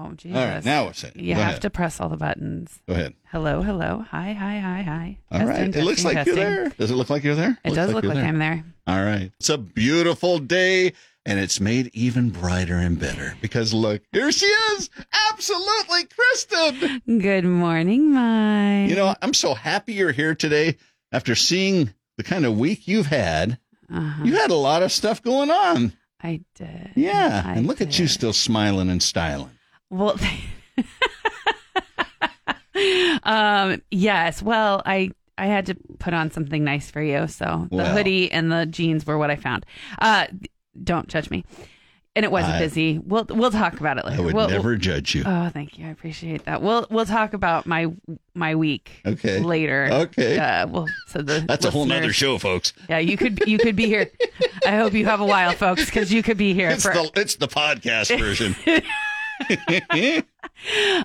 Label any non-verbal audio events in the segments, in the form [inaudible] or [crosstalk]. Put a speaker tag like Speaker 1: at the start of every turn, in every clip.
Speaker 1: Oh, Jesus.
Speaker 2: All right, now it's it.
Speaker 1: you
Speaker 2: Go
Speaker 1: have
Speaker 2: ahead.
Speaker 1: to press all the buttons.
Speaker 2: Go ahead.
Speaker 1: Hello, hello. Hi, hi, hi, hi.
Speaker 2: All
Speaker 1: Testing,
Speaker 2: right. it looks
Speaker 1: testing,
Speaker 2: like
Speaker 1: testing.
Speaker 2: you're there. Does it look like you're there?
Speaker 1: It does look
Speaker 2: you're
Speaker 1: like I'm there.
Speaker 2: All right. It's a beautiful day, and it's made even brighter and better because look, here she is. Absolutely, Kristen.
Speaker 1: Good morning, Mike.
Speaker 2: You know, I'm so happy you're here today after seeing the kind of week you've had.
Speaker 1: uh-huh.
Speaker 2: You had a lot of stuff going on.
Speaker 1: I did.
Speaker 2: Yeah.
Speaker 1: I
Speaker 2: and look at you
Speaker 1: did.
Speaker 2: still smiling and styling.
Speaker 1: Well, [laughs] um, yes. Well, I I had to put on something nice for you, so the
Speaker 2: Well.
Speaker 1: hoodie and the jeans were what I found. Uh, don't judge me. And it wasn't
Speaker 2: I-
Speaker 1: busy. We'll we'll talk about it
Speaker 2: I
Speaker 1: later.
Speaker 2: would
Speaker 1: We'll-
Speaker 2: never judge you.
Speaker 1: Oh, thank you. I appreciate that. We'll we'll talk about my my week
Speaker 2: Okay.
Speaker 1: later.
Speaker 2: Okay.
Speaker 1: Uh, well, so the
Speaker 2: [laughs] That's a whole nother
Speaker 1: listeners-
Speaker 2: show, folks.
Speaker 1: Yeah, you could you could be
Speaker 2: [laughs]
Speaker 1: here. I hope you have a while, folks, because you could be here
Speaker 2: It's
Speaker 1: for
Speaker 2: the it's the podcast version.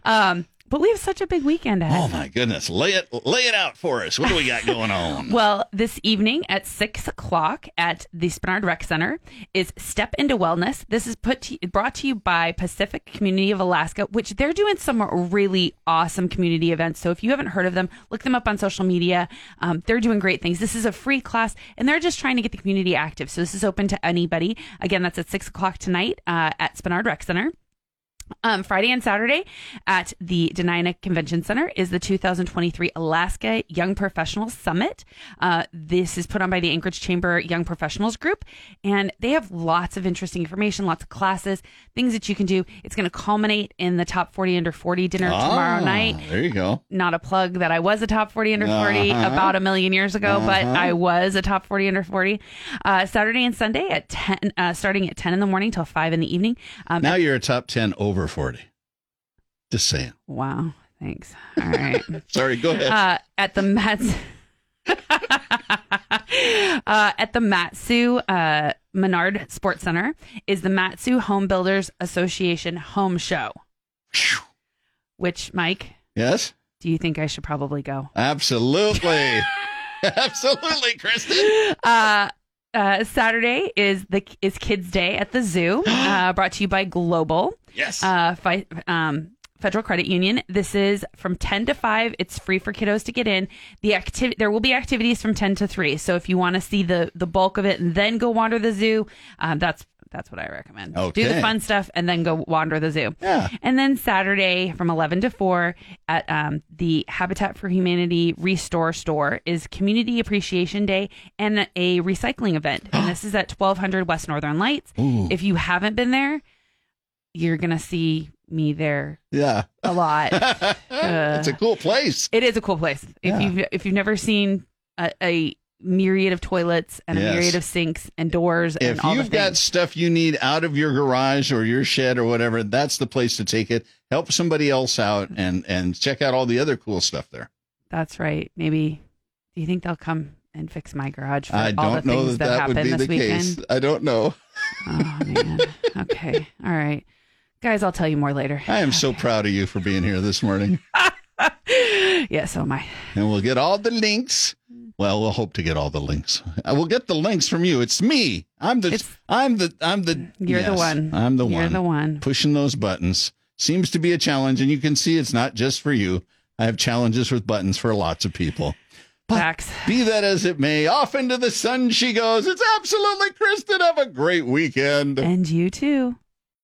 Speaker 1: um. But we have such a big weekend ahead.
Speaker 2: Oh my goodness. Lay it lay it out for us. What do we got going
Speaker 1: [laughs]
Speaker 2: on?
Speaker 1: Well, this evening at six o'clock at the Spinard Rec Center is Step into Wellness. This is put to, brought to you by Pacific Community of Alaska, which they're doing some really awesome community events. So if you haven't heard of them, look them up on social media. Um, they're doing great things. This is a free class, and they're just trying to get the community active. So this is open to anybody. Again, that's at six o'clock tonight uh, at Spinard Rec Center. Um, Friday and Saturday at the Denina Convention Center is the 2023 Alaska Young Professionals Summit. Uh, this is put on by the Anchorage Chamber Young Professionals Group, and they have lots of interesting information, lots of classes, things that you can do. It's going to culminate in the Top 40 Under 40 dinner
Speaker 2: Ah,
Speaker 1: tomorrow night
Speaker 2: There you go.
Speaker 1: not a plug that I was a top 40 under 40
Speaker 2: Uh-huh.
Speaker 1: about a million years ago, but I was a top 40 under 40. Uh, Saturday and Sunday at 10, uh, starting at 10 in the morning till 5 in the evening. Um,
Speaker 2: Now you're a top 10 over 40. Just saying.
Speaker 1: wow. Thanks. All right.
Speaker 2: Sorry, go ahead.
Speaker 1: uh, at the [laughs] Mats. uh, at the Matsu uh, Menard Sports Center is the Matsu Home Builders Association Home Show. Which, Mike,
Speaker 2: yes?
Speaker 1: do you think I should probably go? [laughs]
Speaker 2: Absolutely. Absolutely, Kristen.
Speaker 1: uh, uh, Saturday is the is Kids Day at the zoo, uh, brought to you by Global
Speaker 2: Yes.
Speaker 1: uh, fi- um, Federal Credit Union. This is from ten to five. It's free for kiddos to get in. The activity there will be activities from ten to three. So if you want to see the the bulk of it and then go wander the zoo, um, that's that's what I recommend. Do
Speaker 2: Okay.
Speaker 1: the fun stuff and then go wander the zoo.
Speaker 2: Yeah.
Speaker 1: And then Saturday from 11 to 4 at um, the Habitat for Humanity Restore Store is Community Appreciation Day and a recycling event. And this is at 1200 West Northern Lights.
Speaker 2: Ooh.
Speaker 1: If you haven't been there, you're going to see me there
Speaker 2: yeah. [laughs]
Speaker 1: a lot.
Speaker 2: it's a cool place.
Speaker 1: it is a cool place. If
Speaker 2: Yeah.
Speaker 1: you've if you've never seen a, a myriad of toilets and
Speaker 2: Yes.
Speaker 1: a myriad of sinks and doors and
Speaker 2: If
Speaker 1: all
Speaker 2: you've
Speaker 1: the
Speaker 2: got
Speaker 1: things.
Speaker 2: stuff you need out of your garage or your shed or whatever, that's the place to take it. Help somebody else out and and check out all the other cool stuff there.
Speaker 1: That's right. Maybe do you think they'll come and fix my garage for
Speaker 2: Uh, I
Speaker 1: all the
Speaker 2: don't know
Speaker 1: things
Speaker 2: that
Speaker 1: that,
Speaker 2: that would
Speaker 1: happened this
Speaker 2: be the
Speaker 1: weekend?
Speaker 2: case. I don't know.
Speaker 1: Oh
Speaker 2: [laughs]
Speaker 1: man. Okay. All right. Guys, I'll tell you more later.
Speaker 2: I
Speaker 1: [laughs]
Speaker 2: am so proud of you for being here this morning.
Speaker 1: yeah, so am I.
Speaker 2: and we'll get all the links. Well, we'll hope to get all the links. I will get the links from you. It's me. I'm the.
Speaker 1: It's-
Speaker 2: I'm the. I'm the.
Speaker 1: You're the
Speaker 2: yes,
Speaker 1: one.
Speaker 2: I'm the
Speaker 1: You're
Speaker 2: one.
Speaker 1: the one.
Speaker 2: Pushing those buttons seems to be a challenge, and you can see it's not just for you. I have challenges with buttons for lots of people. But
Speaker 1: Facts.
Speaker 2: be that as it may, off into the sun she goes. It's absolutely Kristen. Have a great weekend.
Speaker 1: And you too.